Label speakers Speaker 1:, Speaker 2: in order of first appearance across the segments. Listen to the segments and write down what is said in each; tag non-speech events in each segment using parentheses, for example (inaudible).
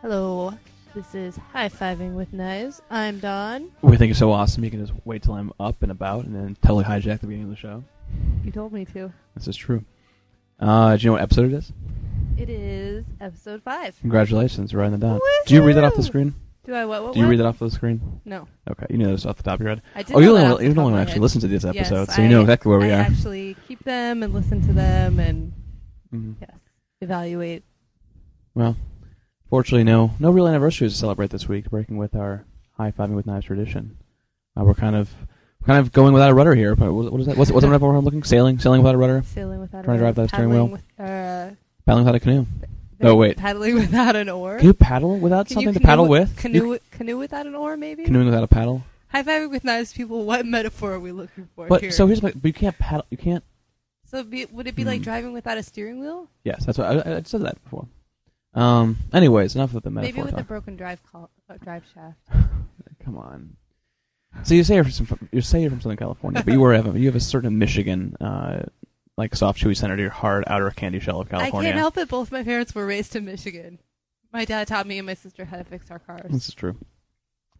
Speaker 1: Hello, this is High Fiving with Knives. I'm Don.
Speaker 2: We think it's so awesome you can just wait till I'm up and about and then totally hijack the beginning of the show.
Speaker 1: You told me to.
Speaker 2: This is true. Uh, do you know what episode it is?
Speaker 1: It is episode five.
Speaker 2: Congratulations, right on the dot. Do you read that off the
Speaker 1: Woohoo!
Speaker 2: screen?
Speaker 1: Do I what? what
Speaker 2: Do you
Speaker 1: what?
Speaker 2: read that off the screen?
Speaker 1: No,
Speaker 2: Okay, you know this off the top of your head.
Speaker 1: I did.
Speaker 2: Oh,
Speaker 1: know
Speaker 2: you're
Speaker 1: that
Speaker 2: the
Speaker 1: off
Speaker 2: one- you're the
Speaker 1: top
Speaker 2: one
Speaker 1: of
Speaker 2: who
Speaker 1: my
Speaker 2: actually
Speaker 1: head.
Speaker 2: listens to these
Speaker 1: Yes,
Speaker 2: episodes, so you know
Speaker 1: I-
Speaker 2: exactly where we
Speaker 1: I
Speaker 2: are.
Speaker 1: actually keep them and listen to them and
Speaker 2: Mhm.
Speaker 1: yes, evaluate.
Speaker 2: Well, fortunately, no no real anniversaries to celebrate this week, breaking with our high fiving with knives tradition. Uh, we're kind of we're kind of going without a rudder here. But what what is that? What's what's the metaphor I'm looking? Sailing, sailing without a rudder,
Speaker 1: Sailing without
Speaker 2: Trying
Speaker 1: a
Speaker 2: to
Speaker 1: rope,
Speaker 2: drive that steering
Speaker 1: paddling
Speaker 2: wheel?
Speaker 1: With, uh,
Speaker 2: paddling without a canoe. No, wait.
Speaker 1: Paddling (laughs) without an oar.
Speaker 2: Can you paddle without
Speaker 1: Can you
Speaker 2: something to
Speaker 1: canoe
Speaker 2: paddle
Speaker 1: wi-
Speaker 2: with? You-
Speaker 1: Canoe, canoe without an oar, maybe.
Speaker 2: canoeing without a paddle.
Speaker 1: High fiving with knives, people. What metaphor are we looking for
Speaker 2: But
Speaker 1: here?
Speaker 2: so here's my. But you can't paddle. You can't.
Speaker 1: So be, would it be like
Speaker 2: Hmm.
Speaker 1: driving without a steering wheel?
Speaker 2: Yes, that's what I, I said that before. Um. Anyways, enough of the metaphor
Speaker 1: Maybe with a
Speaker 2: talk.
Speaker 1: broken drive call, uh, drive shaft.
Speaker 2: Come on. So you say you're from some, you say you're from Southern California, but you were have a, you have a certain Michigan, uh, like soft chewy center to your hard outer candy shell of California.
Speaker 1: I can't help it. Both my parents were raised in Michigan. My dad taught me and my sister how to fix our
Speaker 2: This
Speaker 1: cars.
Speaker 2: is true.
Speaker 1: I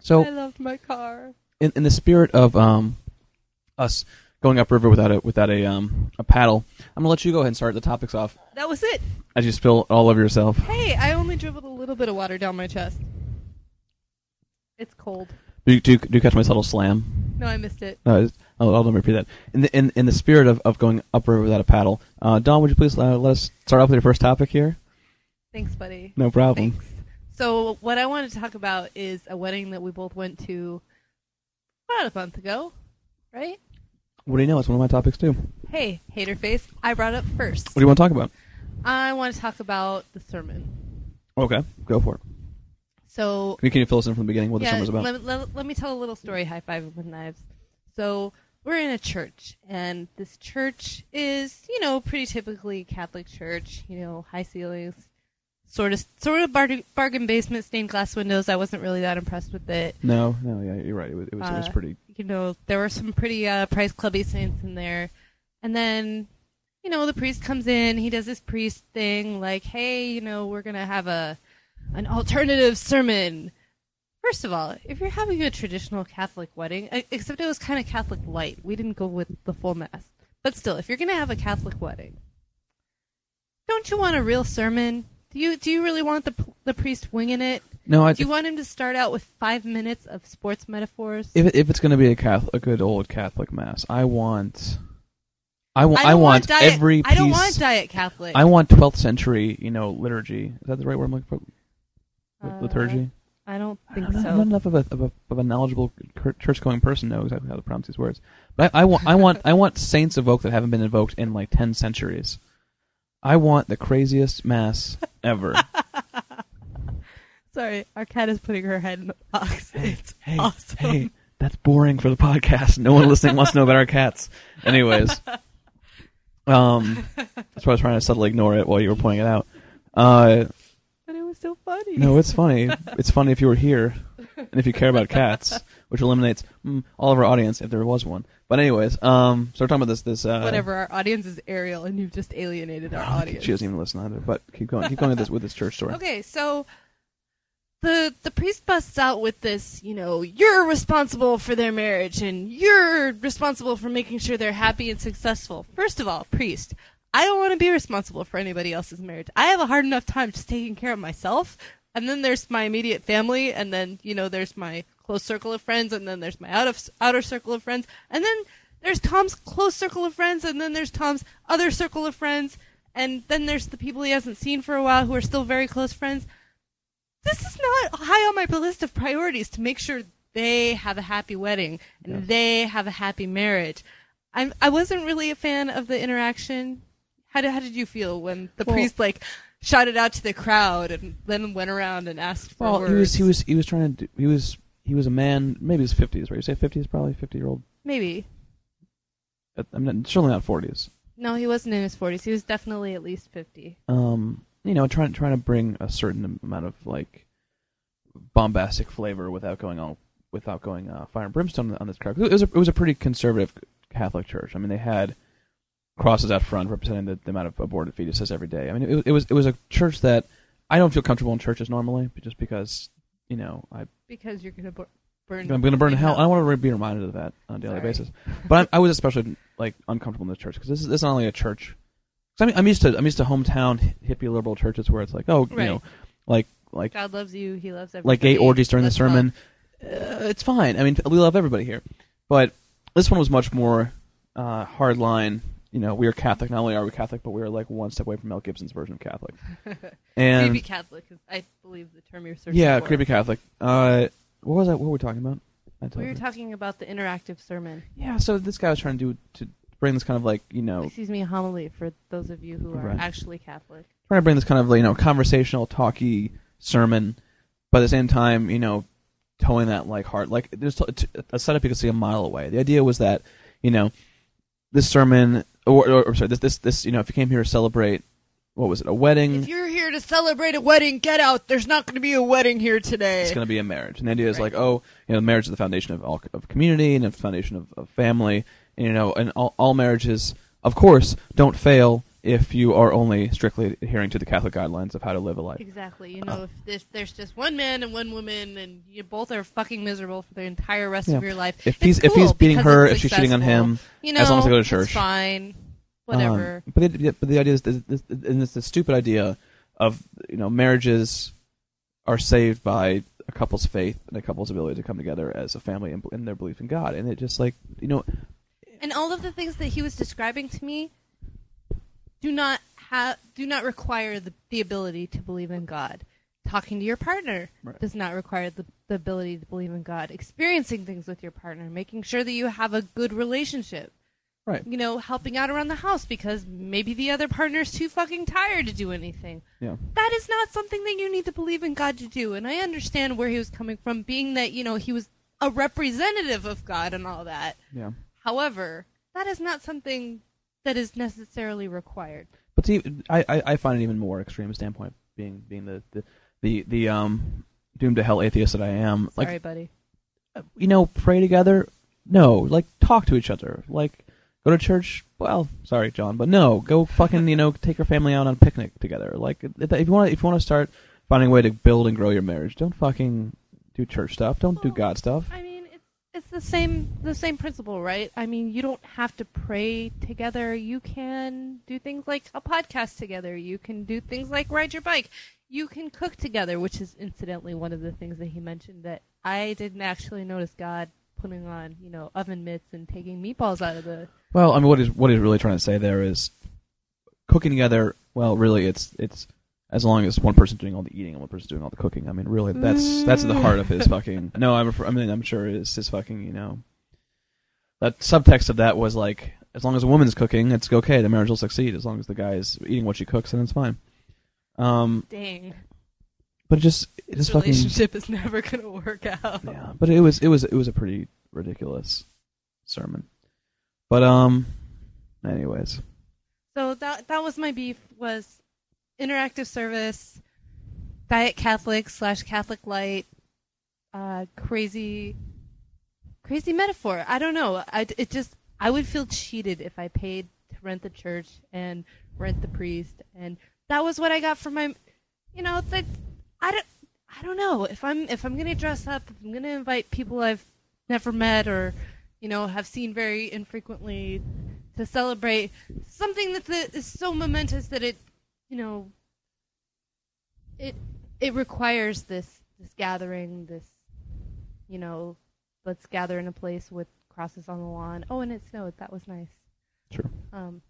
Speaker 2: So
Speaker 1: loved my car.
Speaker 2: in, in the spirit of um, us going upriver without a without a um a paddle, I'm gonna let you go ahead and start the topics off
Speaker 1: That was it.
Speaker 2: as you spill all over yourself.
Speaker 1: Hey, I only dribbled a little bit of water down my chest. It's cold.
Speaker 2: Do you, do you, do you catch my subtle slam?
Speaker 1: No, I missed it.
Speaker 2: No, it's- I'll, I'll let me repeat that. In the in, in the spirit of, of going upriver without a paddle, uh, Don, would you please uh, let us start off with your first topic here?
Speaker 1: Thanks, buddy.
Speaker 2: No problem.
Speaker 1: Thanks. So, what I want to talk about is a wedding that we both went to about a month ago, right?
Speaker 2: What do you know? It's one of my topics too. What
Speaker 1: Hey, hater face, I brought up first.
Speaker 2: do you want to talk about?
Speaker 1: I want to talk about the sermon.
Speaker 2: Okay, go for it.
Speaker 1: So,
Speaker 2: Can you, can you fill us in from the beginning what the sermon's about?
Speaker 1: Let, let- let me tell a little story, High Five with Knives. So we're in a church, and this church is, you know, pretty typically Catholic church, you know, high ceilings, sort of sort of bargain, bargain basement stained glass windows. I wasn't really that impressed with it.
Speaker 2: no, no, yeah, you're right. It was it was, it was
Speaker 1: Uh,
Speaker 2: pretty.
Speaker 1: You know, there were some pretty uh, price clubby saints in there. And then, you know, the priest comes in, he does this priest thing like, "Hey, you know, we're going to have a an alternative sermon." First of all, if you're having a traditional Catholic wedding, e- except it was kind of Catholic light. We didn't go with the full mass. But still, if you're going to have a Catholic wedding, don't you want a real sermon? Do you do you really want the p- the priest winging it?
Speaker 2: No, I,
Speaker 1: Do you want him to start out with 5 minutes of sports metaphors?
Speaker 2: (laughs) if if it's gonna be a Catholic, a good old Catholic mass, I want. I want.
Speaker 1: I,
Speaker 2: I,
Speaker 1: don't
Speaker 2: want
Speaker 1: diet,
Speaker 2: every piece.
Speaker 1: I don't want diet Catholic.
Speaker 2: I want 12th century, you know, liturgy. Is that the right word I'm looking for? Lit-
Speaker 1: Uh,
Speaker 2: liturgy.
Speaker 1: I don't
Speaker 2: I
Speaker 1: think
Speaker 2: don't know. I'm
Speaker 1: so.
Speaker 2: not enough of a, of a, of a knowledgeable church going person to know exactly how to pronounce these words. But I, I want I want I (laughs) want saints evoked that haven't been invoked in like ten centuries. I want the craziest mass (laughs) ever.
Speaker 1: Sorry, our cat is putting her head in the box. It's
Speaker 2: hey,
Speaker 1: awesome.
Speaker 2: hey, that's boring for the podcast. No one listening wants to know about our cats. (laughs) Anyways, um, that's why I was trying to subtly ignore it while you were pointing it out. Uh,
Speaker 1: But it was so funny.
Speaker 2: no, it's funny. It's funny if you were here and if you care about cats, which eliminates mm, all of our audience if there was one. But anyways, um, so we're talking about this this uh, Oh,
Speaker 1: Whatever, our audience is Ariel, and you've just alienated our audience.
Speaker 2: She doesn't even listen either. But keep going. Keep going with this with this church story.
Speaker 1: Okay, so the the priest busts out with this, you know, you're responsible for their marriage and you're responsible for making sure they're happy and successful. First of all, priest, I don't want to be responsible for anybody else's marriage. I have a hard enough time just taking care of myself. And then there's my immediate family and then, you know, there's my close circle of friends and then there's my out of outer circle of friends. And then there's Tom's close circle of friends and then there's Tom's other circle of friends and then there's the people he hasn't seen for a while who are still very close friends. This is not high on my list of priorities to make sure they have a happy wedding and
Speaker 2: Yes.
Speaker 1: they have a happy marriage. I'm, I wasn't really a fan of the interaction. How did, how did you feel when the
Speaker 2: Well-
Speaker 1: priest like shouted out to the crowd and then went around and asked for
Speaker 2: Well,
Speaker 1: words?
Speaker 2: he was he was he was trying to do, he was he was a man maybe his fifties right you say fifties probably fifty year old
Speaker 1: Maybe.
Speaker 2: I'm not, certainly not forties
Speaker 1: No, he wasn't in his 40s. He was definitely at least 50.
Speaker 2: um you know trying trying to bring a certain amount of like bombastic flavor without going all without going uh, fire and brimstone on, this crowd 'Cause it was a, it was a pretty conservative Catholic church I mean they had crosses out front representing the, the amount of aborted fetuses every day I mean it, it was it was a church that I don't feel comfortable in churches normally, but just because you know I
Speaker 1: because you're gonna bur- burn.
Speaker 2: I'm going to burn
Speaker 1: in
Speaker 2: in hell. I don't want to be reminded of that on a daily
Speaker 1: Sorry.
Speaker 2: basis. But I, I was especially like uncomfortable in this church because this is this is not only a church. 'cause I'm, I'm used to I'm used to hometown hi- hippie liberal churches where it's like oh
Speaker 1: Right.
Speaker 2: you know like like
Speaker 1: God loves you. He loves everyone.
Speaker 2: like gay orgies during the sermon. Uh, it's fine. I mean we love everybody here, but this one was much more uh, hard line. You know we are Catholic. Not only are we Catholic, but we are like one step away from Mel Gibson's version
Speaker 1: (laughs)
Speaker 2: of Catholic. And
Speaker 1: creepy Catholic. Is, I believe the term you're searching.
Speaker 2: yeah,
Speaker 1: for.
Speaker 2: creepy Catholic. Uh, what was that? What were we talking about? I
Speaker 1: We
Speaker 2: totally-
Speaker 1: were talking about the interactive sermon.
Speaker 2: Yeah, so this guy was trying to do to bring this kind of like you know
Speaker 1: Excuse me, a homily for those of you who are
Speaker 2: Right.
Speaker 1: actually Catholic.
Speaker 2: trying to bring this kind of like, you know conversational talky sermon, but at the same time you know towing that like hard like there's t- a setup you could see a mile away. The idea was that you know this sermon or, or, or sorry this this this you know if you came here to celebrate what was it a wedding
Speaker 1: If you're here to celebrate a wedding, get out. There's not going to be a wedding here today.
Speaker 2: it's going to be a marriage. And the idea is
Speaker 1: Right.
Speaker 2: like, oh, you know, marriage is the foundation of all of community and the foundation of, of family. And, you know, and all, all marriages, of course, don't fail if you are only strictly adhering to the Catholic guidelines of how to live a life.
Speaker 1: Exactly. You know, if, if there's just one man and one woman, and you both are fucking miserable for the entire rest
Speaker 2: Yeah.
Speaker 1: of your life,
Speaker 2: If he's
Speaker 1: it's
Speaker 2: if he's
Speaker 1: cool
Speaker 2: beating
Speaker 1: because
Speaker 2: her,
Speaker 1: it's
Speaker 2: if she's cheating on
Speaker 1: successful.
Speaker 2: him,
Speaker 1: you know,
Speaker 2: as long as I go to
Speaker 1: it's
Speaker 2: church.
Speaker 1: fine.
Speaker 2: um,
Speaker 1: Whatever.
Speaker 2: but, the, but the idea is, this, this, and it's the stupid idea of you know marriages are saved by a couple's faith and a couple's ability to come together as a family and, and their belief in God. And it just like you know
Speaker 1: and all of the things that he was describing to me do not have do not require the, the ability to believe in god talking to your partner
Speaker 2: Right.
Speaker 1: does not require the, the ability to believe in god experiencing things with your partner making sure that you have a good relationship
Speaker 2: Right.
Speaker 1: you know helping out around the house because maybe the other partner's too fucking tired to do anything
Speaker 2: yeah
Speaker 1: that is not something that you need to believe in God to do. And I understand where he was coming from, being that, you know, he was a representative of God and all that.
Speaker 2: yeah.
Speaker 1: However, that is not something that is necessarily required.
Speaker 2: But see, I, I, I find an even more extreme standpoint being being the the the, the um doomed to hell atheist that I am.
Speaker 1: Sorry,
Speaker 2: Like
Speaker 1: buddy.
Speaker 2: you know, pray together. No, like talk to each other. Like go to church. Well, sorry, John, but no, go fucking you know take your family out on a picnic together. Like if if you want if you want to start finding a way to build and grow your marriage, don't fucking do church stuff. Don't do
Speaker 1: Well,
Speaker 2: God stuff.
Speaker 1: I mean, it's it's the same the same principle, right? I mean, you don't have to pray together. You can do things like a podcast together. You can do things like ride your bike. You can cook together, which is incidentally one of the things that he mentioned that I didn't actually notice God putting on, you know, oven mitts and taking meatballs out of the
Speaker 2: Well, I mean, what is what he's really trying to say there is cooking together. Well, really, it's it's as long as one person's doing all the eating and one person's doing all the cooking. I mean, really, that's that's the heart of
Speaker 1: Mm.
Speaker 2: his fucking. No, I'm I mean, I'm sure it's his fucking. You know, that subtext of that was like, as long as a woman's cooking, it's okay. The marriage will succeed as long as the guy is eating what she cooks, then it's fine. Um,
Speaker 1: dang.
Speaker 2: but it just it
Speaker 1: This
Speaker 2: just fucking
Speaker 1: relationship is (laughs) never going to work out.
Speaker 2: yeah. But it was it was it was a pretty ridiculous sermon. But um, anyways.
Speaker 1: So that that was my beef was interactive service, diet Catholic slash Catholic light, uh, crazy, crazy metaphor. I don't know. I it just I would feel cheated if I paid to rent the church and rent the priest, and that was what I got from my, you know, that I don't I don't know if I'm if I'm gonna dress up, if I'm gonna invite people I've never met or you know have seen very infrequently to celebrate something that the, is so momentous that it, you know, it it requires this this gathering, this, you know, let's gather in a place with crosses on the lawn. Oh, and it snowed. That was nice.
Speaker 2: Sure.
Speaker 1: Um,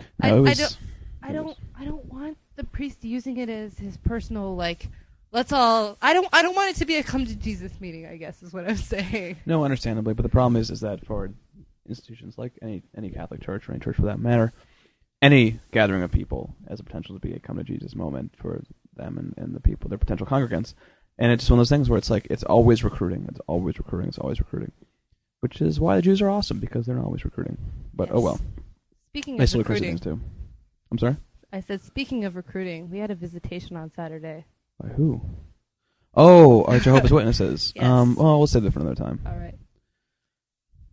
Speaker 2: No,
Speaker 1: I,
Speaker 2: it
Speaker 1: I
Speaker 2: was-
Speaker 1: don't, I
Speaker 2: it was-
Speaker 1: don't, I don't want the priest using it as his personal like. Let's all. I don't. I don't want it to be a come to Jesus meeting. I guess is what I'm (laughs) saying.
Speaker 2: No, understandably, but the problem is, is that for institutions like any any Catholic church or any church for that matter, any gathering of people has a potential to be a come to Jesus moment for them and, and the people, their potential congregants, and it's just one of those things where it's like it's always recruiting, it's always recruiting, it's always recruiting, which is why the Jews are awesome because they're not always recruiting. But oh
Speaker 1: Yes.
Speaker 2: well,
Speaker 1: Speaking
Speaker 2: they
Speaker 1: of
Speaker 2: still recruit
Speaker 1: recruiting,
Speaker 2: things too. I'm sorry.
Speaker 1: I said, speaking of recruiting, we had a visitation on Saturday.
Speaker 2: By who? Oh, our
Speaker 1: (laughs)
Speaker 2: Jehovah's Witnesses.
Speaker 1: Yes.
Speaker 2: Um, well, we'll save that for another time.
Speaker 1: All right.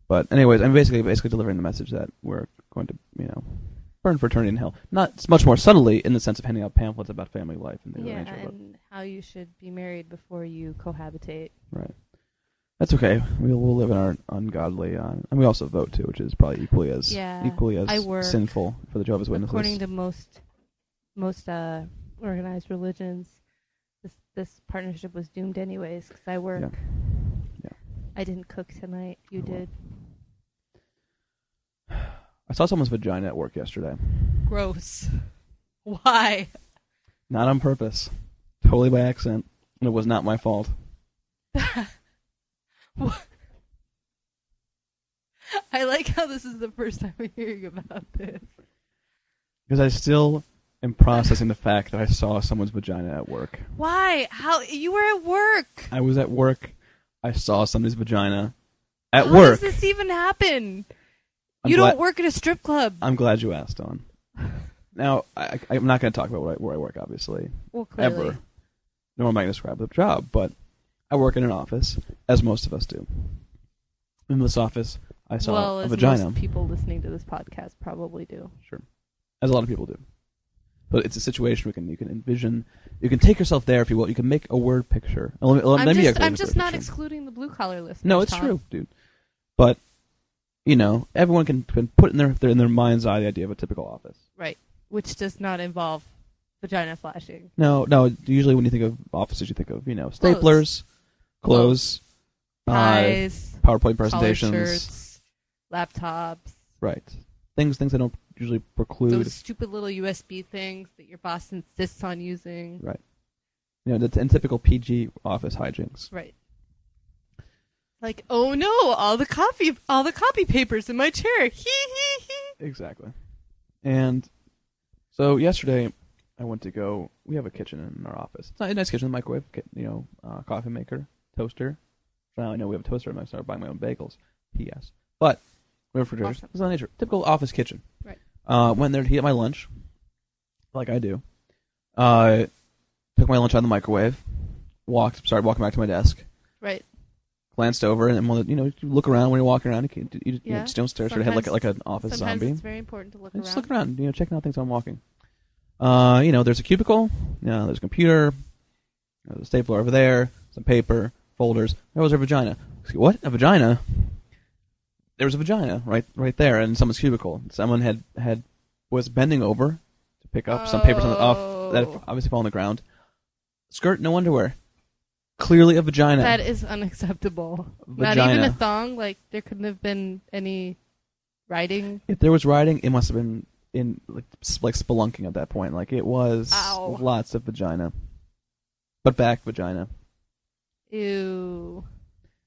Speaker 2: But anyways, I'm basically basically delivering the message that we're going to, you know, burn fraternity in hell. Not s- much more subtly in the sense of handing out pamphlets about family life and things of that
Speaker 1: yeah,
Speaker 2: nature. but-
Speaker 1: and how you should be married before you cohabitate.
Speaker 2: Right. That's okay. We'll, we'll live in our ungodly, uh, and we also vote too, which is probably equally as
Speaker 1: Yeah,
Speaker 2: equally
Speaker 1: I
Speaker 2: as
Speaker 1: work.
Speaker 2: sinful for the Jehovah's Witnesses.
Speaker 1: According to most most uh, organized religions, this this partnership was doomed anyways because I work.
Speaker 2: Yeah. Oh,
Speaker 1: I didn't cook tonight. You
Speaker 2: I work.
Speaker 1: did.
Speaker 2: (sighs) I saw someone's vagina at work yesterday.
Speaker 1: Gross. Why? (laughs)
Speaker 2: Not on purpose. Totally by accident. And it was not my fault.
Speaker 1: What? I like how this is the first time we're hearing about this.
Speaker 2: Because I still am processing the fact that I saw someone's vagina at work.
Speaker 1: Why? How you were at work?
Speaker 2: I was at work. I saw somebody's vagina at
Speaker 1: how
Speaker 2: work.
Speaker 1: does this even happen?
Speaker 2: I'm
Speaker 1: you
Speaker 2: gla-
Speaker 1: don't work at a strip club.
Speaker 2: I'm glad you asked, Don. Now, I, I- I'm not going to talk about where I, where I work, obviously.
Speaker 1: well,
Speaker 2: ever. Nor am I going to describe the job, but I work in an office, as most of us do. In this office, I saw
Speaker 1: well,
Speaker 2: a
Speaker 1: as
Speaker 2: vagina,
Speaker 1: most people listening to this podcast probably do.
Speaker 2: as a lot of people do. But it's a situation we can you can envision, you can take yourself there if you will. You can make a word picture. Let me- let
Speaker 1: I'm
Speaker 2: me make
Speaker 1: just,
Speaker 2: a
Speaker 1: I'm
Speaker 2: word
Speaker 1: just not
Speaker 2: picture.
Speaker 1: excluding the blue collar listeners.
Speaker 2: No, it's
Speaker 1: Tom.
Speaker 2: true, dude. But you know, everyone can, can put in their in their mind's eye the idea of a typical office.
Speaker 1: which does not involve vagina flashing.
Speaker 2: No, no. Usually, when you think of offices, you think of you know staplers, clothes, uh,
Speaker 1: Ties, collared
Speaker 2: PowerPoint presentations,
Speaker 1: shirts, laptops,
Speaker 2: right? Things things that don't usually preclude
Speaker 1: those stupid little USB things that your boss insists on using.
Speaker 2: you know the and typical PG office hijinks.
Speaker 1: Right. Like, oh no, all the copy all the copy papers in my chair. (laughs) Hee hee hee.
Speaker 2: Exactly. And so yesterday, I went to go. We have a kitchen in our office. It's not a nice kitchen, microwave, ki- you know, uh, coffee maker, toaster. So now I know we have a toaster. I'm going to start buying my own bagels. P.S. But we have refrigerators.
Speaker 1: Awesome.
Speaker 2: It's not nature. Typical office kitchen.
Speaker 1: Right.
Speaker 2: Uh, went there to heat up my lunch, like I do. Uh, took my lunch out of the microwave. Walked. Started walking back to my desk.
Speaker 1: Right.
Speaker 2: Glanced over and well, you know, you look around when you're walking around. You, can't, you, you
Speaker 1: Yeah.
Speaker 2: just don't stare straight ahead like like an office
Speaker 1: Sometimes
Speaker 2: zombie.
Speaker 1: it's very important to look
Speaker 2: And
Speaker 1: around.
Speaker 2: just looking around, you know, checking out things while I'm walking. Uh, you know, there's a cubicle. You know, there's a computer. uh, There's a stapler over there. Some paper, folders. There was her vagina. Excuse- What? A vagina? There was a vagina right, right there in someone's cubicle. Someone had had was bending over to pick up some paper something off that (laughs) had
Speaker 1: Oh.
Speaker 2: obviously fell on the ground. Skirt, no underwear. Clearly a vagina.
Speaker 1: That is unacceptable. Not
Speaker 2: Vagina.
Speaker 1: even a thong. Like there couldn't have been any writing.
Speaker 2: If there was riding, it must have been in like, sp- like spelunking at that point. Like it was
Speaker 1: Ow.
Speaker 2: lots of vagina, but back vagina.
Speaker 1: Ew.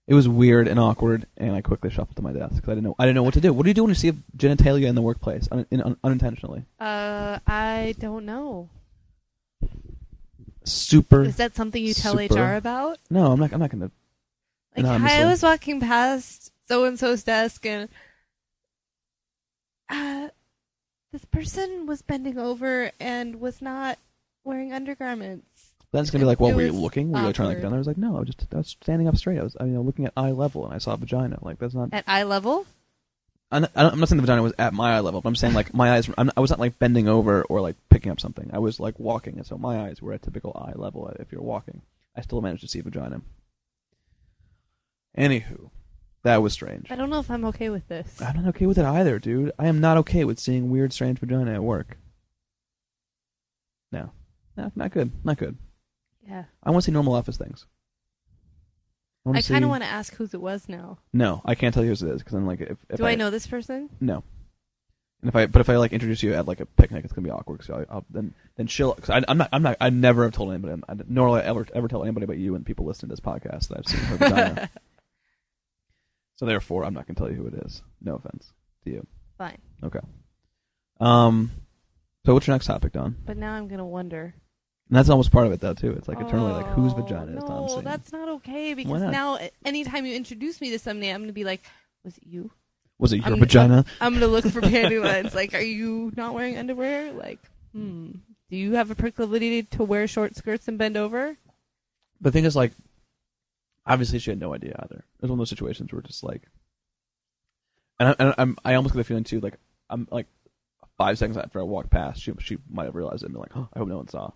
Speaker 2: It was weird and awkward, and I quickly shuffled to my desk because I didn't know I didn't know what to do. What do you do when you see genitalia in the workplace un- in, un- unintentionally?
Speaker 1: Uh, I don't know.
Speaker 2: Super.
Speaker 1: Is that something you tell
Speaker 2: Super.
Speaker 1: HR about?
Speaker 2: No, I'm not. I'm not gonna.
Speaker 1: Like,
Speaker 2: Anonymously.
Speaker 1: I was walking past so and so's desk, and uh, this person was bending over and was not wearing undergarments.
Speaker 2: That's gonna be like, well,
Speaker 1: It
Speaker 2: were you
Speaker 1: was
Speaker 2: looking? Were you like, trying to look
Speaker 1: awkward.
Speaker 2: down? I was like, no, I was just I was standing up straight. I was, I mean, looking at eye level, and I saw vagina. Like that's not.
Speaker 1: At eye level?
Speaker 2: I'm not, I'm not saying the vagina was at my eye level, but I'm saying like my eyes. I'm, I was not like bending over or like picking up something. I was like walking, and so my eyes were at typical eye level. uh, If you're walking, I still managed to see vagina. Anywho, that was strange.
Speaker 1: I don't know if I'm okay with this.
Speaker 2: I'm not okay with it either, dude. I am not okay with seeing weird, strange vagina at work. No, no, not good, not good.
Speaker 1: Yeah.
Speaker 2: I want to see normal office things.
Speaker 1: I
Speaker 2: wanna
Speaker 1: kind of
Speaker 2: see-
Speaker 1: want to ask whose it was now.
Speaker 2: No, I can't tell you who it is because I'm like, if, if
Speaker 1: Do I know this person?
Speaker 2: No. And if I, but if I like introduce you at like a picnic, it's gonna be awkward. So I'll, I'll then then she'll. Cause I, I'm not. I'm not. I never have told anybody. I, nor will I ever ever tell anybody but you and people listening to this podcast that I've seen
Speaker 1: (laughs)
Speaker 2: her (laughs) vagina. so therefore, I'm not gonna tell you who it is. No offense to you.
Speaker 1: Fine.
Speaker 2: Okay. Um. So what's your next topic, Don?
Speaker 1: But now I'm going to wonder.
Speaker 2: And that's almost part of it though too. It's like eternally like whose
Speaker 1: Oh,
Speaker 2: vagina is Don
Speaker 1: No,
Speaker 2: seeing?
Speaker 1: that's not okay because
Speaker 2: not?
Speaker 1: now a- anytime you introduce me to somebody, I'm going to be like, was it you?
Speaker 2: Was it your
Speaker 1: I'm-
Speaker 2: vagina?
Speaker 1: I'm going to look for panty lines. Like, are you not wearing underwear? Like, hmm. Do you have a proclivity to wear short skirts and bend over?
Speaker 2: the thing is like obviously she had no idea either it was one of those situations where just like and, I, and i'm i almost get the feeling too like i'm like five seconds after I walked past, she she might have realized it and been like, "Oh, I hope no one saw."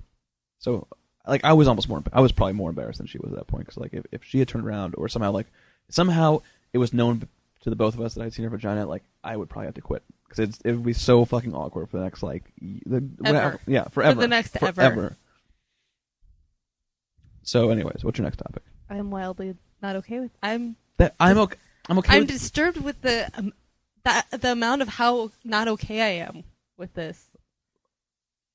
Speaker 2: So, like, I was almost more, I was probably more embarrassed than she was at that point because, like, if, if she had turned around or somehow, like, somehow it was known to the both of us that I'd seen her vagina, like, I would probably have to quit because it would be so fucking awkward for the next like y- the, whatever- yeah, forever,
Speaker 1: the next ever.
Speaker 2: forever. So, anyways, what's your next topic?
Speaker 1: I'm wildly not okay with. I'm
Speaker 2: That I'm okay. I'm okay.
Speaker 1: I'm
Speaker 2: with-
Speaker 1: disturbed with the um, that the amount of how not okay I am with this.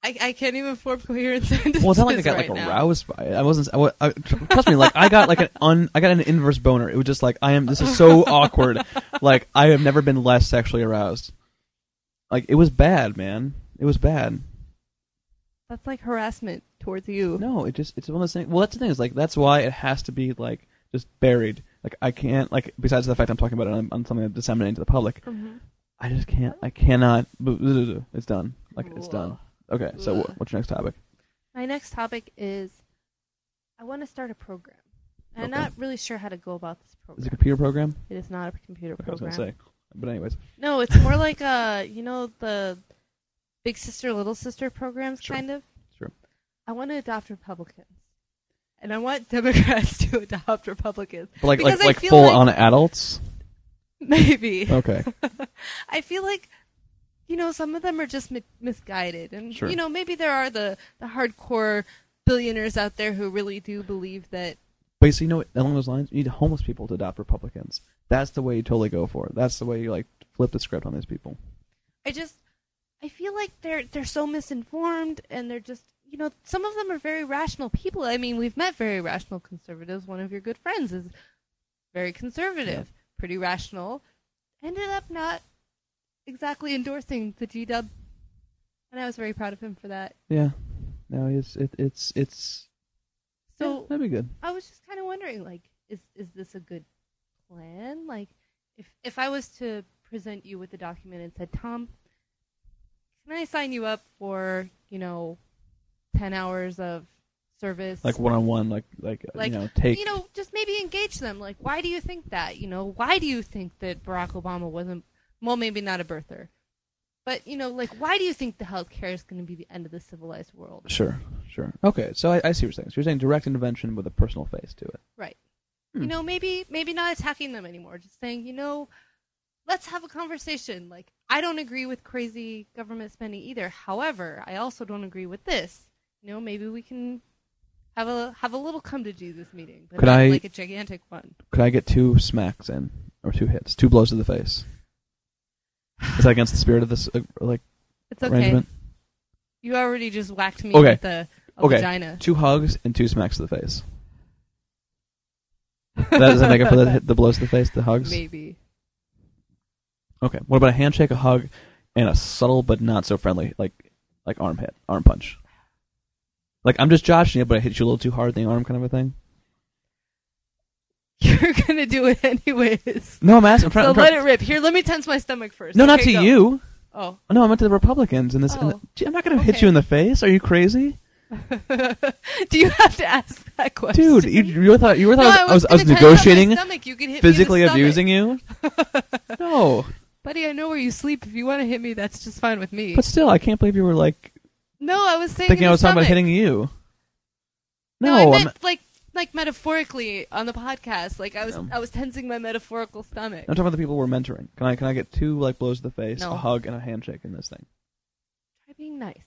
Speaker 1: I, I can't even form coherent (laughs) sentences.
Speaker 2: well, it's not like I got
Speaker 1: right
Speaker 2: like
Speaker 1: now.
Speaker 2: aroused by it. I wasn't. I, wa- I, tr- trust me, like I got like an un, I got an inverse boner. It was just like I am. This is
Speaker 1: (laughs)
Speaker 2: so awkward. Like I have never been less sexually aroused. Like it was bad, man. It was bad.
Speaker 1: That's like harassment towards you.
Speaker 2: No, it just it's one of those things. Well, that's the thing is like that's why it has to be like just buried. Like I can't like besides the fact I'm talking about it on, on something that disseminating to the public.
Speaker 1: Mhm.
Speaker 2: I just can't. I cannot. It's done. Like it's done. Okay. So wh- what's your next topic?
Speaker 1: My next topic is I want to start a program. I'm
Speaker 2: Okay.
Speaker 1: not really sure how to go about this
Speaker 2: Is it
Speaker 1: program.
Speaker 2: a computer program?
Speaker 1: It is not a computer
Speaker 2: I was
Speaker 1: program.
Speaker 2: gonna say. But anyways,
Speaker 1: No, it's more like uh, you know, the big sister little sister programs
Speaker 2: Sure.
Speaker 1: kind of.
Speaker 2: Sure.
Speaker 1: I want to adopt Republicans. And I want Democrats (laughs) to adopt Republicans. (laughs)
Speaker 2: but like
Speaker 1: Because I
Speaker 2: like like
Speaker 1: feel
Speaker 2: full
Speaker 1: like-
Speaker 2: on adults.
Speaker 1: Maybe.
Speaker 2: Okay.
Speaker 1: (laughs)
Speaker 2: (laughs)
Speaker 1: I feel like you know, some of them are just mi- misguided. And
Speaker 2: Sure.
Speaker 1: you know, maybe there are the the hardcore billionaires out there who really do believe that
Speaker 2: But so you know what, along those lines, you need homeless people to adopt Republicans. That's the way you totally go for it. That's the way you like flip the script on these people.
Speaker 1: I just I feel like they're they're so misinformed and they're just you know some of them are very rational people. I mean, we've met very rational conservatives. One of your good friends is very conservative, pretty rational. Ended up not exactly endorsing the G Dub, and I was very proud of him for that.
Speaker 2: Yeah. No, it's it, it's it's
Speaker 1: So
Speaker 2: that'd be good.
Speaker 1: I was just kind of wondering, like, is is this a good plan? Like, if if I was to present you with a document and said, Tom, can I sign you up for you know, ten hours of service?
Speaker 2: Like one on one, like like,
Speaker 1: Like,
Speaker 2: you know, take
Speaker 1: you know, just maybe engage them. Like, why do you think that? You know, why do you think that Barack Obama wasn't? Well, maybe not a birther, but you know, like, why do you think the healthcare is going to be the end of the civilized world?
Speaker 2: Sure, sure. Okay, so I, I see what you're saying. So you're saying direct intervention with a personal face to it.
Speaker 1: Right.
Speaker 2: Hmm.
Speaker 1: You know, maybe maybe not attacking them anymore, just saying, you know, let's have a conversation. Like, I don't agree with crazy government spending either. However, I also don't agree with this. You know, maybe we can have a have a little come to Jesus meeting, but
Speaker 2: Could
Speaker 1: not
Speaker 2: I-
Speaker 1: like a gigantic one.
Speaker 2: Could I get two smacks in, or two hits, two blows to the face? Is that against the spirit of this uh, like
Speaker 1: It's okay.
Speaker 2: arrangement?
Speaker 1: You already just whacked me
Speaker 2: Okay.
Speaker 1: with a, a
Speaker 2: Okay.
Speaker 1: vagina.
Speaker 2: Two hugs and two smacks to the face. That, does that make up for the, the blows to the face, the hugs?
Speaker 1: Maybe. (laughs)
Speaker 2: Okay. What about a handshake, a hug, and a subtle but not so friendly like like arm hit, arm punch? Like I'm just joshing you, but I hit you a little too hard in the arm, kind of a thing.
Speaker 1: You're gonna do it anyways.
Speaker 2: No, I'm asking. I'm trying,
Speaker 1: so
Speaker 2: I'm trying-
Speaker 1: let it rip. Here, let me tense my stomach first.
Speaker 2: no, not
Speaker 1: Okay,
Speaker 2: to
Speaker 1: go.
Speaker 2: you.
Speaker 1: Oh. (laughs)
Speaker 2: No, I meant to the Republicans in this. In
Speaker 1: Oh.
Speaker 2: the, Gee, I'm not going to hit
Speaker 1: Okay.
Speaker 2: you in the face. Are you crazy,
Speaker 1: Do you have to ask that (laughs) question?
Speaker 2: dude? You, you really thought you really
Speaker 1: No,
Speaker 2: thought I was, I
Speaker 1: gonna
Speaker 2: was
Speaker 1: tell you about my
Speaker 2: negotiating,
Speaker 1: stomach. You could hit me in the
Speaker 2: physically
Speaker 1: stomach.
Speaker 2: abusing (laughs) you? no,
Speaker 1: (laughs) Buddy, I know where you sleep. If you want to hit me, that's just fine with me.
Speaker 2: but still, I can't believe you were like
Speaker 1: no, I was saying
Speaker 2: thinking
Speaker 1: in
Speaker 2: I
Speaker 1: the
Speaker 2: was talking about
Speaker 1: stomach.
Speaker 2: hitting you. No,
Speaker 1: I
Speaker 2: I'm
Speaker 1: meant
Speaker 2: not-
Speaker 1: like like metaphorically on the podcast. Like I was
Speaker 2: No.
Speaker 1: I was tensing my metaphorical stomach.
Speaker 2: I'm talking about the people we're mentoring. Can I can I get two like blows to the face,
Speaker 1: No.
Speaker 2: a hug, and a handshake in this thing?
Speaker 1: Try being nice.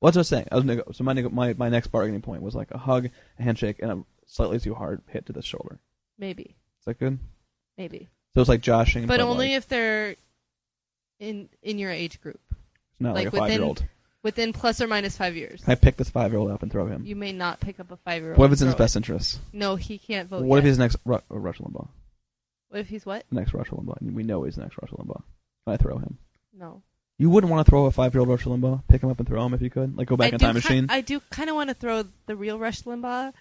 Speaker 2: What's I was saying? I was nego- so my, nego- my my next bargaining point was like a hug, a handshake, and a slightly too hard hit to the shoulder.
Speaker 1: Maybe,
Speaker 2: Is that good?
Speaker 1: maybe,
Speaker 2: So it's like joshing,
Speaker 1: but only
Speaker 2: like,
Speaker 1: if they're in in your age group,
Speaker 2: not like,
Speaker 1: like,
Speaker 2: a
Speaker 1: within-
Speaker 2: five year old.
Speaker 1: within plus or minus five years.
Speaker 2: Can I pick this five year old up and throw him?
Speaker 1: You may not pick up a five year old.
Speaker 2: What if it's in his best interest?
Speaker 1: No, he can't vote.
Speaker 2: what if
Speaker 1: yet.
Speaker 2: he's the next Ru- uh, Rush Limbaugh?
Speaker 1: What if he's what?
Speaker 2: The next Rush Limbaugh. And we know he's the next Rush Limbaugh. Can I throw him?
Speaker 1: No.
Speaker 2: You wouldn't want to throw a five year old Rush Limbaugh? Pick him up and throw him if you could? Like go back
Speaker 1: I
Speaker 2: in
Speaker 1: do
Speaker 2: time
Speaker 1: ki-
Speaker 2: machine?
Speaker 1: I do kind of want to throw the real Rush Limbaugh.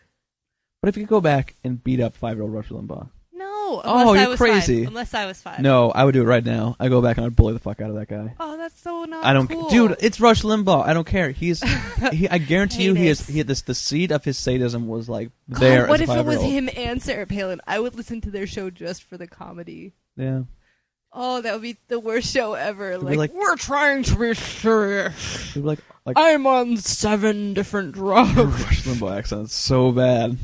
Speaker 2: What if you could go back and beat up five year old Rush Limbaugh?
Speaker 1: No,
Speaker 2: Oh,
Speaker 1: unless I
Speaker 2: you're
Speaker 1: was
Speaker 2: crazy.
Speaker 1: Five. Unless I was five.
Speaker 2: No, I would do it right now. I go back and I'd bully the fuck out of that guy.
Speaker 1: Oh, that's so not.
Speaker 2: I don't,
Speaker 1: cool. (laughs)
Speaker 2: dude. It's Rush Limbaugh. I don't care. He's, he, I guarantee you, he is.
Speaker 1: Heinous.
Speaker 2: He this the seed of his sadism was like
Speaker 1: God,
Speaker 2: there.
Speaker 1: What if
Speaker 2: as a
Speaker 1: it was
Speaker 2: five-year-old.
Speaker 1: him and Sarah Palin? I would listen to their show just for the comedy.
Speaker 2: Yeah,
Speaker 1: Oh, that would be the worst show ever.
Speaker 2: be
Speaker 1: Like,
Speaker 2: like-
Speaker 1: we're trying to be serious.
Speaker 2: They'd be like like
Speaker 1: I'm on seven different
Speaker 2: (laughs)
Speaker 1: drugs.
Speaker 2: Rush Limbaugh accent so bad.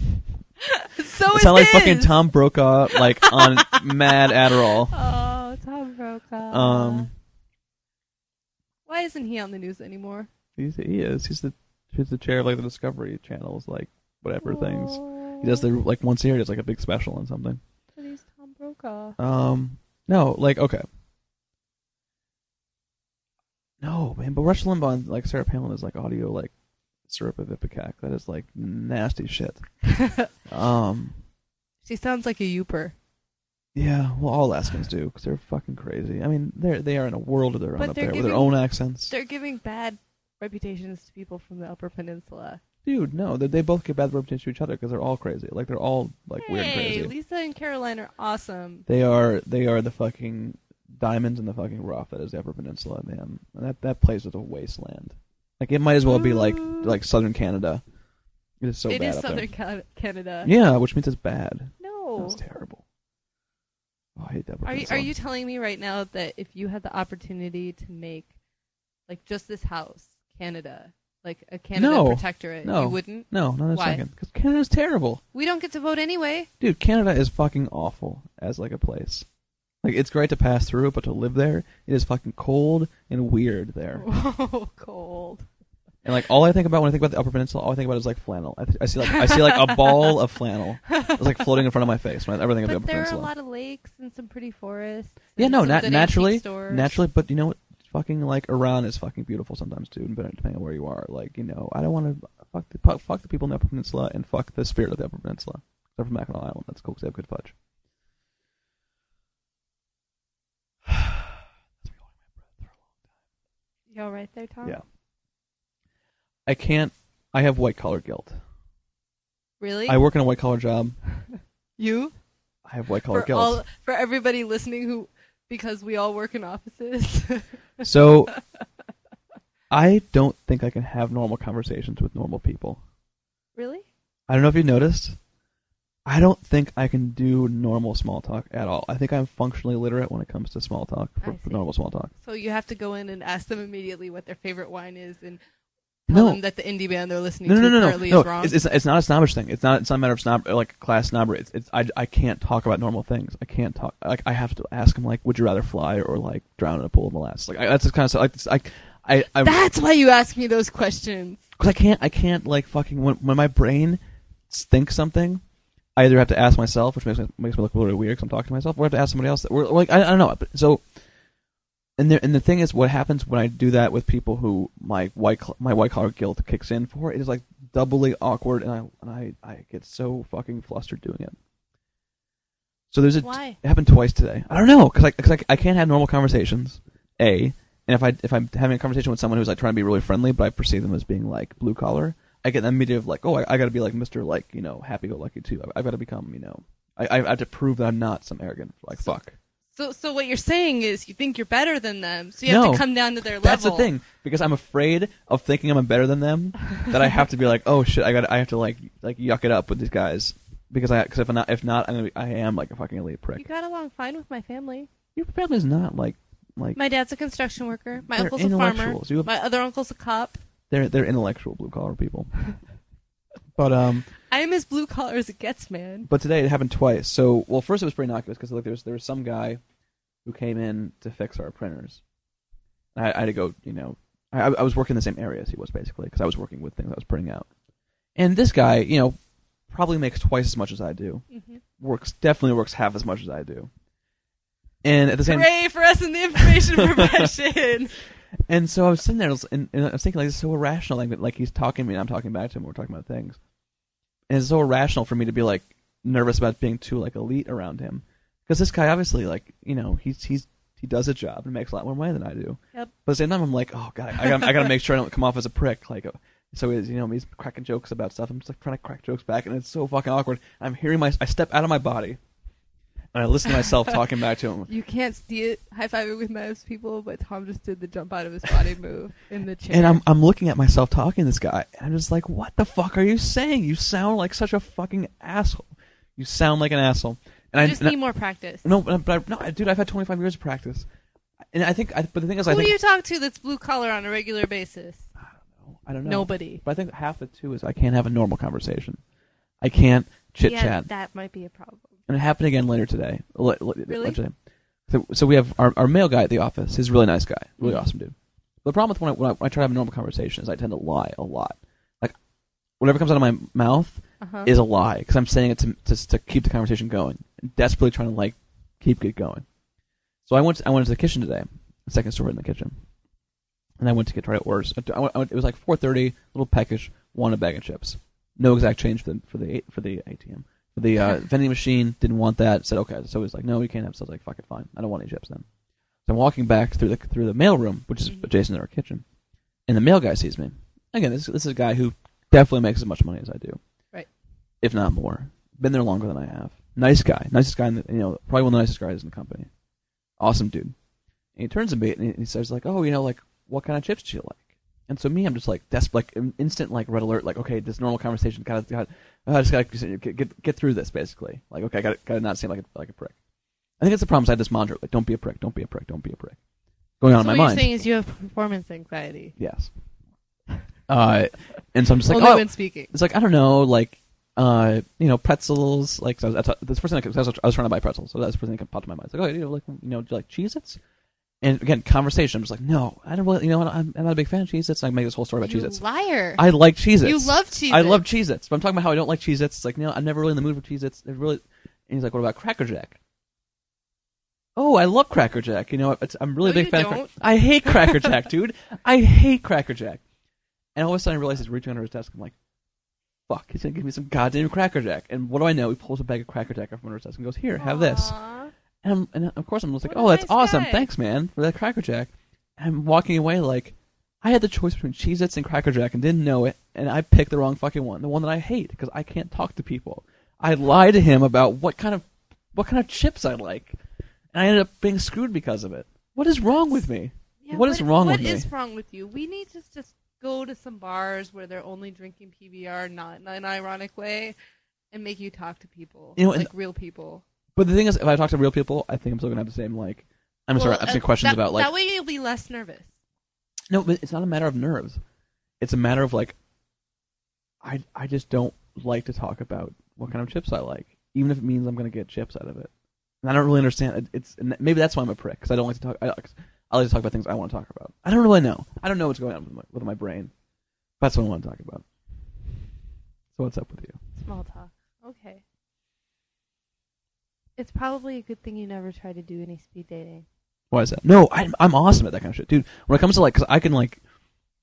Speaker 1: so
Speaker 2: It
Speaker 1: is
Speaker 2: sounded like
Speaker 1: his.
Speaker 2: fucking Tom Brokaw like
Speaker 1: (laughs)
Speaker 2: on Mad Adderall.
Speaker 1: Oh, Tom Brokaw.
Speaker 2: Um,
Speaker 1: Why isn't he on the news anymore?
Speaker 2: he's, he is. He's the he's the chair of like the Discovery Channel's like whatever things. He does the like once a year, he does like a big special on something.
Speaker 1: Oh, But he's Tom Brokaw. (laughs)
Speaker 2: Um, no, like okay. No, man, but Rush Limbaugh and like Sarah Palin is like audio like syrup of ipecac. That is like nasty shit. Um,
Speaker 1: she sounds like a youper.
Speaker 2: yeah, well, all Alaskans do because they're fucking crazy. I mean, they're they are in a world of their own
Speaker 1: But
Speaker 2: up
Speaker 1: they're
Speaker 2: there with their
Speaker 1: giving-
Speaker 2: own accents.
Speaker 1: They're giving bad reputations to people from the Upper Peninsula.
Speaker 2: Dude, no, they, they both get bad reputation to each other because they're all crazy. Like they're all like weird and
Speaker 1: hey,
Speaker 2: crazy.
Speaker 1: Lisa and Caroline are awesome.
Speaker 2: They are they are the fucking diamonds in the fucking rough that is the Upper Peninsula, man. And that that place is a wasteland. Like it might as well be like
Speaker 1: Ooh.
Speaker 2: like southern Canada. It is so
Speaker 1: it
Speaker 2: bad
Speaker 1: is
Speaker 2: up
Speaker 1: Southern Ca- Canada.
Speaker 2: there. Yeah, which means it's bad.
Speaker 1: No.
Speaker 2: It's terrible. Oh, I hate that.
Speaker 1: Are you, are you telling me right now that if you had the opportunity to make, like, just this house, Canada, like a Canada
Speaker 2: No.
Speaker 1: protectorate,
Speaker 2: No.
Speaker 1: you wouldn't?
Speaker 2: no, not in a
Speaker 1: Why?
Speaker 2: second. Because Canada's terrible,
Speaker 1: We don't get to vote anyway.
Speaker 2: dude. Canada is fucking awful as like a place. Like it's great to pass through, but to live there, it is fucking cold and weird there.
Speaker 1: (laughs) Oh, cold.
Speaker 2: And like all I think about when I think about the Upper Peninsula, all I think about is like flannel. I, th- I see like I see like a ball of flannel. It's like floating in front of my face when I ever think of the
Speaker 1: But
Speaker 2: Upper
Speaker 1: there are a
Speaker 2: Peninsula.
Speaker 1: lot of lakes and some pretty forests.
Speaker 2: yeah,
Speaker 1: and
Speaker 2: no,
Speaker 1: some
Speaker 2: nat-
Speaker 1: good
Speaker 2: naturally,
Speaker 1: antique stores.
Speaker 2: naturally. But you know what? Fucking like Iran is fucking beautiful sometimes too, and depending on where you are. Like you know, I don't want to fuck the fuck, fuck the people in the Upper Peninsula and fuck the spirit of the Upper Peninsula. They're from Mackinac Island. That's cool because they have good fudge. (sighs)
Speaker 1: You all right there, Tom?
Speaker 2: Yeah. I can't. I have white collar guilt.
Speaker 1: Really?
Speaker 2: I work in a white collar job.
Speaker 1: you?
Speaker 2: I have white collar
Speaker 1: For,
Speaker 2: guilt.
Speaker 1: all, for everybody listening who, because we all work in offices. (laughs)
Speaker 2: So I don't think I can have normal conversations with normal people.
Speaker 1: really?
Speaker 2: I don't know if you noticed. I don't think I can do normal small talk at all. I think I'm functionally literate when it comes to small talk,
Speaker 1: I
Speaker 2: for, for
Speaker 1: see.
Speaker 2: normal small talk.
Speaker 1: So you have to go in and ask them immediately what their favorite wine is and tell
Speaker 2: No.
Speaker 1: them that the indie band they're listening
Speaker 2: No,
Speaker 1: to
Speaker 2: no, no, no,
Speaker 1: currently
Speaker 2: no.
Speaker 1: is wrong.
Speaker 2: It's, it's, it's not a snobbish thing. It's not. It's not a matter of snob like class snobbery. It's, it's I, I can't talk about normal things. I can't talk. Like I have to ask them like, would you rather fly or like drown in a pool of molasses? Like I, that's the kind of stuff. Like this, I, I, I'm,
Speaker 1: That's why you ask me those questions.
Speaker 2: because I can't I can't like fucking when, when my brain thinks something, I either have to ask myself, which makes me, makes me look really weird because I'm talking to myself, or I have to ask somebody else. That we're like I, I don't know. But, so and there and the thing is, what happens when I do that with people who my white cl- my white collar guilt kicks in for? It is like doubly awkward, and I and I I get so fucking flustered doing it. So there's a
Speaker 1: Why?
Speaker 2: it happened twice today. I don't know because I, 'cause I I can't have normal conversations. A and if I if I'm having a conversation with someone who's like trying to be really friendly, but I perceive them as being like blue collar, I get that immediate of like, oh, I, I got to be like Mister like you know happy go lucky too. I, I've got to become you know I, I have to prove that I'm not some arrogant like fuck.
Speaker 1: So, so what you're saying is you think you're better than them, so you have
Speaker 2: No.
Speaker 1: to come down to their level.
Speaker 2: That's the thing because I'm afraid of thinking I'm better than them that I have to be like, oh shit, I got I have to like like yuck it up with these guys because I because if I'm not if not I'm gonna be, I am like a fucking elite
Speaker 1: You
Speaker 2: prick.
Speaker 1: got along fine with my family.
Speaker 2: Your family's not like like
Speaker 1: My dad's a construction worker. My
Speaker 2: They're
Speaker 1: uncle's a farmer.
Speaker 2: intellectuals. You have-
Speaker 1: My other uncle's a cop.
Speaker 2: they're they're intellectual blue collar people. But um.
Speaker 1: I'm as blue collar as it gets, man.
Speaker 2: But today it happened twice. So, well, first it was pretty innocuous because like there was there was some guy who came in to fix our printers. And I, I had to go, you know, I, I was working in the same area as he was basically because I was working with things I was printing out. And this guy, you know, probably makes twice as much as I do.
Speaker 1: Mhm.
Speaker 2: Works definitely works half as much as I do. And at the same,
Speaker 1: Hooray for us in the
Speaker 2: (laughs)
Speaker 1: information profession.
Speaker 2: and so I was sitting there and, and I was thinking like it's so irrational, like like he's talking to me and I'm talking back to him. We're talking about things, and it's so irrational for me to be like nervous about being too like elite around him because this guy obviously like you know he's he's he does a job and makes a lot more money than I do.
Speaker 1: Yep.
Speaker 2: But at the same time, I'm like, oh god, I got I got to make sure I don't come off as a prick. Like, uh, so he's you know he's cracking jokes about stuff. I'm just like trying to crack jokes back, and it's so fucking awkward. I'm hearing my I step out of my body, and I listen to myself talking back to him.
Speaker 1: You can't see it high fiving with most people, but Tom just did the jump out of his body move in the chair.
Speaker 2: And I'm I'm looking at myself talking to this guy, and I'm just like, what the fuck are you saying? You sound like such a fucking asshole. You sound like an asshole. And
Speaker 1: you
Speaker 2: I
Speaker 1: just
Speaker 2: and I-
Speaker 1: need more practice.
Speaker 2: no, but, but I, no, I- dude, I've had 25 years of practice, and I think. I, but the thing is, I
Speaker 1: Who
Speaker 2: think
Speaker 1: do you talk to that's blue collar on a regular basis?
Speaker 2: I don't know.
Speaker 1: Nobody.
Speaker 2: But I think half the two is I can't have a normal conversation. I can't chit
Speaker 1: yeah,
Speaker 2: chat.
Speaker 1: that might be a problem.
Speaker 2: and it happened again later today. Le- le-
Speaker 1: Really?
Speaker 2: later today. So, so we have our, our male guy at the office. He's a really nice guy, really
Speaker 1: Mhm.
Speaker 2: awesome dude. The problem with when I, when I, when I try to have a normal conversation is I tend to lie a lot. Like whatever comes out of my mouth
Speaker 1: Uh-huh.
Speaker 2: is a lie because I'm saying it to, to to keep the conversation going, desperately trying to like keep it going. So I went to, I went into the kitchen today, the second story in the kitchen, and I went to get try to order. s- I went- I went- it was like four thirty, little peckish, wanted a bag of chips. No exact change for the for the for the ATM for the uh, vending machine. Didn't want that. Said okay. So he's like, no, you can't have. So I was like, fuck it, fine. I don't want any chips then. So I'm walking back through the through the mail room, which is
Speaker 1: Mhm.
Speaker 2: adjacent to our kitchen, and the mail guy sees me. Again, this this is a guy who definitely makes as much money as I do if not more. Been there longer than I have. Nice guy, nicest guy. In the, you know, probably one of the nicest guys in the company. Awesome dude. And he turns to me and he- he says like, "Oh, you know, like what kind of chips do you like?" And so me, I'm just like, that's like in- instant like red alert. Like, okay, this normal conversation, got got, I just got to get, get get through this basically. Like, okay, I got got to not seem like a, like a prick. I think that's the problem. Is I had this mantra like, "Don't be a prick, don't be a prick, don't be a prick," going on
Speaker 1: so
Speaker 2: in my
Speaker 1: what
Speaker 2: mind.
Speaker 1: you're saying is you have performance anxiety.
Speaker 2: yes. (laughs) Uh, and so I'm just like,
Speaker 1: Only
Speaker 2: oh,
Speaker 1: when speaking.
Speaker 2: it's like I don't know, like uh, you know, pretzels. Like so I was, that's this person, I was, I was trying to buy pretzels, so that's the first thing that popped in my mind. It's like, oh, you know, like you know, do you like Cheez-Its? And again, conversation. I'm just like, no, I don't really, you know, I'm, I'm not a big fan of Cheez-Its. And I make this whole story about
Speaker 1: you
Speaker 2: Cheez-Its.
Speaker 1: liar.
Speaker 2: I like Cheez-Its.
Speaker 1: you love cheese.
Speaker 2: I love Cheez-Its, but I'm talking about how I don't like Cheez-Its. It's like, no, I'm never really in the mood for Cheez-Its. They're really, and he's like, what about Cracker Jack? Oh, I love Cracker Jack. You know, it's, I'm really a
Speaker 1: No,
Speaker 2: big
Speaker 1: you
Speaker 2: fan. Of
Speaker 1: don't.
Speaker 2: Cracker- I hate Cracker Jack,
Speaker 1: (laughs)
Speaker 2: dude. I hate Cracker Jack. And all of a sudden, I realize he's reaching under his desk. I'm like, fuck, he's gonna give me some goddamn Cracker Jack. And what do I know? He pulls a bag of Cracker Jack out from under his desk and goes, here, have this. And, I'm, and of course, I'm just like,
Speaker 1: What a
Speaker 2: oh, that's
Speaker 1: nice
Speaker 2: awesome.
Speaker 1: guy."
Speaker 2: Thanks, man, for that Cracker Jack. And I'm walking away like, I had the choice between Cheez Its and Cracker Jack and didn't know it, and I picked the wrong fucking one, the one that I hate because I can't talk to people. I lied to him about what kind of what kind of chips I like, and I ended up being screwed because of it. What is wrong with me?
Speaker 1: Yeah,
Speaker 2: what is wrong with me?
Speaker 1: What is wrong with you? We need to just go to some bars where they're only drinking PBR, not in an ironic way, and make you talk to people,
Speaker 2: You know, and-
Speaker 1: like real people.
Speaker 2: But the thing is, if I talk to real people, I think I'm still gonna have the same like. I'm
Speaker 1: Well,
Speaker 2: sorry, asking
Speaker 1: uh,
Speaker 2: questions
Speaker 1: that-
Speaker 2: about like
Speaker 1: that way you'll be less nervous.
Speaker 2: No, but it's not a matter of nerves. It's a matter of like, I I just don't like to talk about what kind of chips I like, even if it means I'm gonna get chips out of it. And I don't really understand. It, it's and maybe that's why I'm a prick because I don't like to talk. I, 'cause I like to talk about things I want to talk about. I don't really know. I don't know what's going on with my, with my brain. That's what I want to talk about. So what's up with you?
Speaker 1: Small talk. Okay. It's probably a good thing you never try to do any speed dating.
Speaker 2: Why is that? No, I'm I'm awesome at that kind of shit, dude. When it comes to like, because I can like,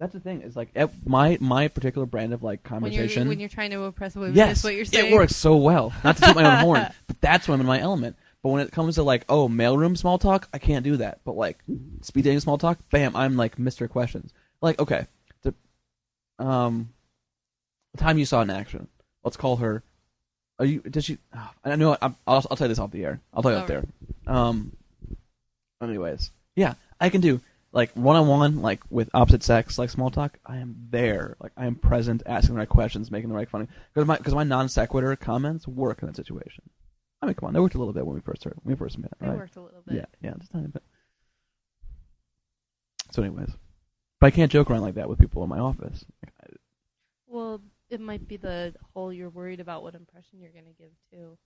Speaker 2: that's the thing is like at my my particular brand of like
Speaker 1: When you're
Speaker 2: conversation.
Speaker 1: when you're trying to impress a woman,
Speaker 2: yes,
Speaker 1: is what you're saying.
Speaker 2: it works so well. Not to toot
Speaker 1: (laughs)
Speaker 2: my own horn, but that's when I'm in my element. But when it comes to like, oh, mailroom small talk, I can't do that. But like, speed dating small talk, bam, I'm like Mr. Questions. Like, okay, the, um, the time you saw in action. Let's call her. Are you? Did she? Oh, I know. I'm, I'll I'll tell you this off the air. I'll tell you off
Speaker 1: All right.
Speaker 2: there. Um. Anyways, yeah, I can do like one on one, like with opposite sex, like small talk. I am there. Like I am present, asking the right questions, making the right funny. Because my because my non sequitur comments work in that situation. I mean, come on, they worked a little bit when we first started, when we first met,
Speaker 1: It
Speaker 2: right?
Speaker 1: worked a little bit.
Speaker 2: Yeah, yeah, just a tiny bit. So, anyways, but I can't joke around like that with people in my office. Like, I-
Speaker 1: Well, it might be the whole you're worried about what impression you're going to give too.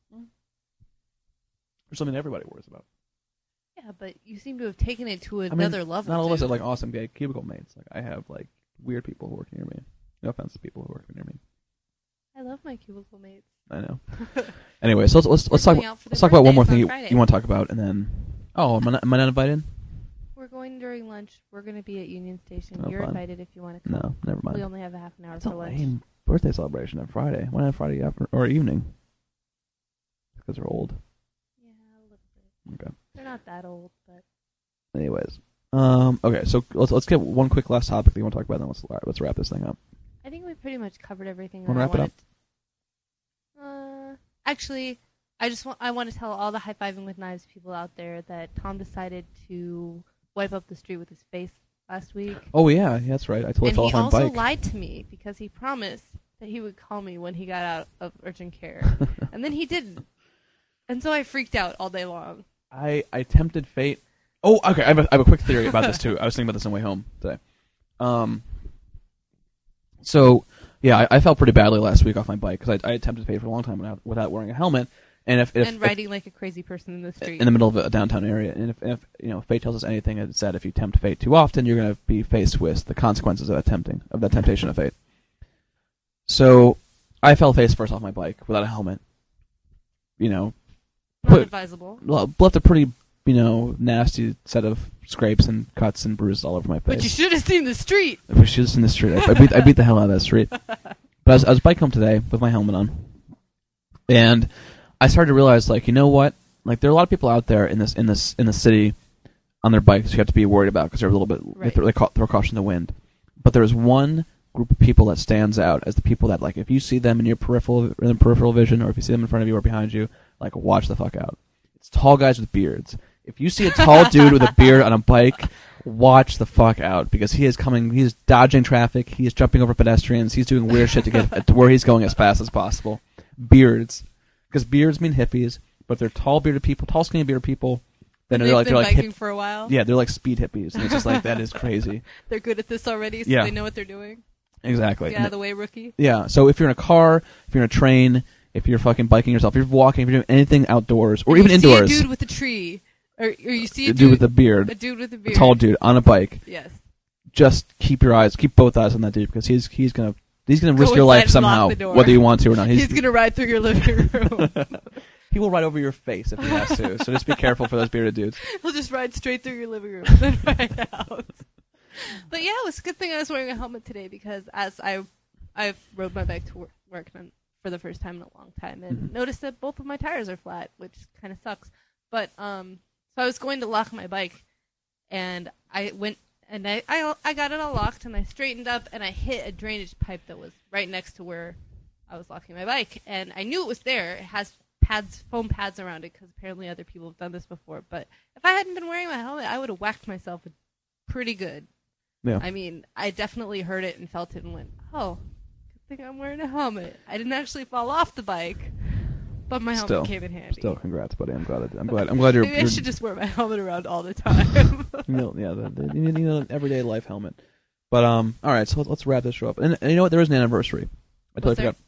Speaker 2: There's something everybody worries about.
Speaker 1: Yeah, but you seem to have taken it to
Speaker 2: I mean,
Speaker 1: another level.
Speaker 2: Not all of us
Speaker 1: dude.
Speaker 2: have like awesome gay cubicle mates. Like I have like weird people who work near me. No offense to people who work near me.
Speaker 1: I love my cubicle
Speaker 2: (laughs)
Speaker 1: mates.
Speaker 2: I know. Anyway, so let's let's, let's talk.
Speaker 1: going out for
Speaker 2: Let's
Speaker 1: their
Speaker 2: talk about one more
Speaker 1: birthdays on
Speaker 2: thing you,
Speaker 1: Friday.
Speaker 2: you want to talk about, and then oh, am I not, am I not invited?
Speaker 1: We're going during lunch. We're going to be at Union Station.
Speaker 2: Oh,
Speaker 1: you're
Speaker 2: fun.
Speaker 1: invited if you want to come.
Speaker 2: No, never
Speaker 1: We
Speaker 2: mind.
Speaker 1: only have a half an hour
Speaker 2: It's a
Speaker 1: for lunch.
Speaker 2: lame birthday celebration on Friday. Why not Friday after or evening? Because they're old.
Speaker 1: Yeah, a little bit.
Speaker 2: Okay.
Speaker 1: They're not that old, but
Speaker 2: Anyways, um, okay, so let's let's get one quick last topic that you want to talk about, and then let's all right, let's wrap this thing up.
Speaker 1: I think we pretty much covered everything.
Speaker 2: Wanna
Speaker 1: that I
Speaker 2: wrap it up?
Speaker 1: wanted. Uh, actually, I just want I want to tell all the high fiving with knives people out there that Tom decided to wipe up the street with his face last week,
Speaker 2: Oh yeah, yeah, that's right. I totally
Speaker 1: and
Speaker 2: fell
Speaker 1: he
Speaker 2: off my
Speaker 1: also
Speaker 2: bike.
Speaker 1: lied to me because he
Speaker 2: (laughs)
Speaker 1: promised that he would call me when he got out of urgent care, and then he didn't. And so I freaked out all day long.
Speaker 2: I I tempted fate. Oh, okay. I have a, I have a quick theory about this too. I was thinking about this on the way home today. Um. So yeah, I, I felt pretty badly last week off my bike because I, I attempted fate for a long time without, without wearing a helmet, and if, if
Speaker 1: and riding like a crazy person in the street.
Speaker 2: in the middle of a downtown area, and if, if you know fate tells us anything, it's that if you tempt fate too often, you're going to be faced with the consequences of that tempting of that temptation of fate. So I fell face first off my bike without a helmet. You know,
Speaker 1: Not
Speaker 2: put-
Speaker 1: advisable.
Speaker 2: well, left a pretty, you know, nasty set of scrapes and cuts and bruises all over my
Speaker 1: But you
Speaker 2: face.
Speaker 1: should have seen the street.
Speaker 2: (laughs) I was just in the street. I, I beat I beat the hell out of
Speaker 1: (laughs)
Speaker 2: that street. But I was, I was bike home today with my helmet on, and I started to realize, like, you know what? Like, there are a lot of people out there in this in this in the city on their bikes who you have to be worried about because they're a little bit they,
Speaker 1: Right.
Speaker 2: throw, they ca- throw caution to the wind. But there is one group of people that stands out as the people that like if you see them in your peripheral in the peripheral vision or if you see them in front of you or behind you, like watch the fuck out. It's tall guys with beards. If you see a
Speaker 1: (laughs)
Speaker 2: tall dude with a beard on a bike, watch the fuck out because he is coming. He's dodging traffic. He's jumping over pedestrians. He's doing weird shit to get to where he's going as fast as possible. Beards, because beards mean hippies. But if they're tall bearded people, tall skinny bearded people, then
Speaker 1: They've
Speaker 2: they're like
Speaker 1: been
Speaker 2: they're like
Speaker 1: biking
Speaker 2: hip,
Speaker 1: for a while.
Speaker 2: yeah, they're like speed hippies, and it's just like that
Speaker 1: (laughs)
Speaker 2: is crazy.
Speaker 1: They're good at this already, so
Speaker 2: Yeah.
Speaker 1: they know what they're doing.
Speaker 2: Exactly.
Speaker 1: Get out of the way, rookie.
Speaker 2: Yeah. So if you're in a car, if you're in a train, if you're fucking biking yourself, if you're walking, if you're doing anything outdoors or
Speaker 1: You
Speaker 2: even
Speaker 1: see
Speaker 2: indoors,
Speaker 1: a dude with a tree, or, or you see a
Speaker 2: dude
Speaker 1: dude
Speaker 2: with a beard,
Speaker 1: a dude with a
Speaker 2: a
Speaker 1: beard,
Speaker 2: tall dude on a bike,
Speaker 1: Yes.
Speaker 2: just keep your eyes, keep both eyes on that dude because he's he's gonna he's gonna
Speaker 1: Go
Speaker 2: risk your
Speaker 1: inside
Speaker 2: life
Speaker 1: and lock
Speaker 2: somehow,
Speaker 1: the door.
Speaker 2: whether you want to or not.
Speaker 1: (laughs) He's,
Speaker 2: He's,
Speaker 1: gonna ride through your living room.
Speaker 2: (laughs) he will ride over your face if he has to. so just be careful for those
Speaker 1: (laughs)
Speaker 2: bearded dudes.
Speaker 1: He'll just ride straight through your living room and then ride out. But yeah, it was a good thing I was wearing a helmet today because as I, I rode my bike to wor- work and for the first time in a long time and
Speaker 2: Mhm.
Speaker 1: noticed that both of my tires are flat, which kind of sucks. But um, so I was going to lock my bike, and I went and I, I I got it all locked and I straightened up and I hit a drainage pipe that was right next to where I was locking my bike and I knew it was there. It has pads, foam pads around it because apparently other people have done this before. But if I hadn't been wearing my helmet, I would have whacked myself pretty good.
Speaker 2: Yeah.
Speaker 1: I mean, I definitely heard it and felt it and went, oh, good thing I'm wearing a helmet. I didn't actually fall off the bike, but my helmet
Speaker 2: Still-
Speaker 1: came in handy.
Speaker 2: Still, congrats, buddy. I'm glad. I'm glad. I'm glad
Speaker 1: (laughs)
Speaker 2: you're.
Speaker 1: Maybe
Speaker 2: you're-
Speaker 1: I should just wear my helmet around all the time. (laughs)
Speaker 2: you know, yeah, the, the, you need- you need an everyday life helmet. But um, all right, so let's, let's wrap this show up. And, and you know what? There is an anniversary. I totally
Speaker 1: What's there?
Speaker 2: forgot.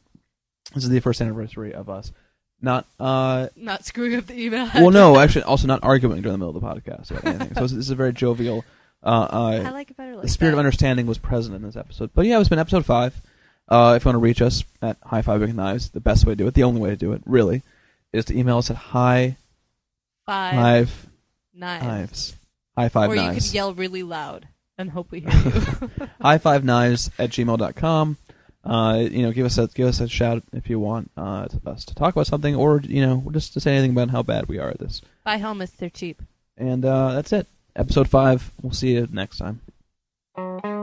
Speaker 2: This is the first anniversary of us.
Speaker 1: (laughs)
Speaker 2: Not uh,
Speaker 1: Not screwing up the email. (laughs)
Speaker 2: well, no, actually, also not arguing during the middle of the podcast about anything. so this is a very jovial. Uh,
Speaker 1: I
Speaker 2: uh,
Speaker 1: like it better like
Speaker 2: the spirit of
Speaker 1: that.
Speaker 2: understanding was present in this episode. But yeah, it's been episode five. Uh, if you want to reach us at High Five Big Knives, the best way to do it, the only way to do it, really, is to email us at High
Speaker 1: Five
Speaker 2: Five
Speaker 1: knives.
Speaker 2: Knives, High Five
Speaker 1: or you
Speaker 2: Knives.
Speaker 1: could yell really loud and hope
Speaker 2: (laughs)
Speaker 1: we hear you.
Speaker 2: high five knives at gmail.com uh, you know give us a give us a shout if you want uh, to us to talk about something or you know just to say anything about how bad we are at this
Speaker 1: Buy helmets; they're cheap.
Speaker 2: and uh, that's it episode 5 we'll see you next time
Speaker 1: Bye.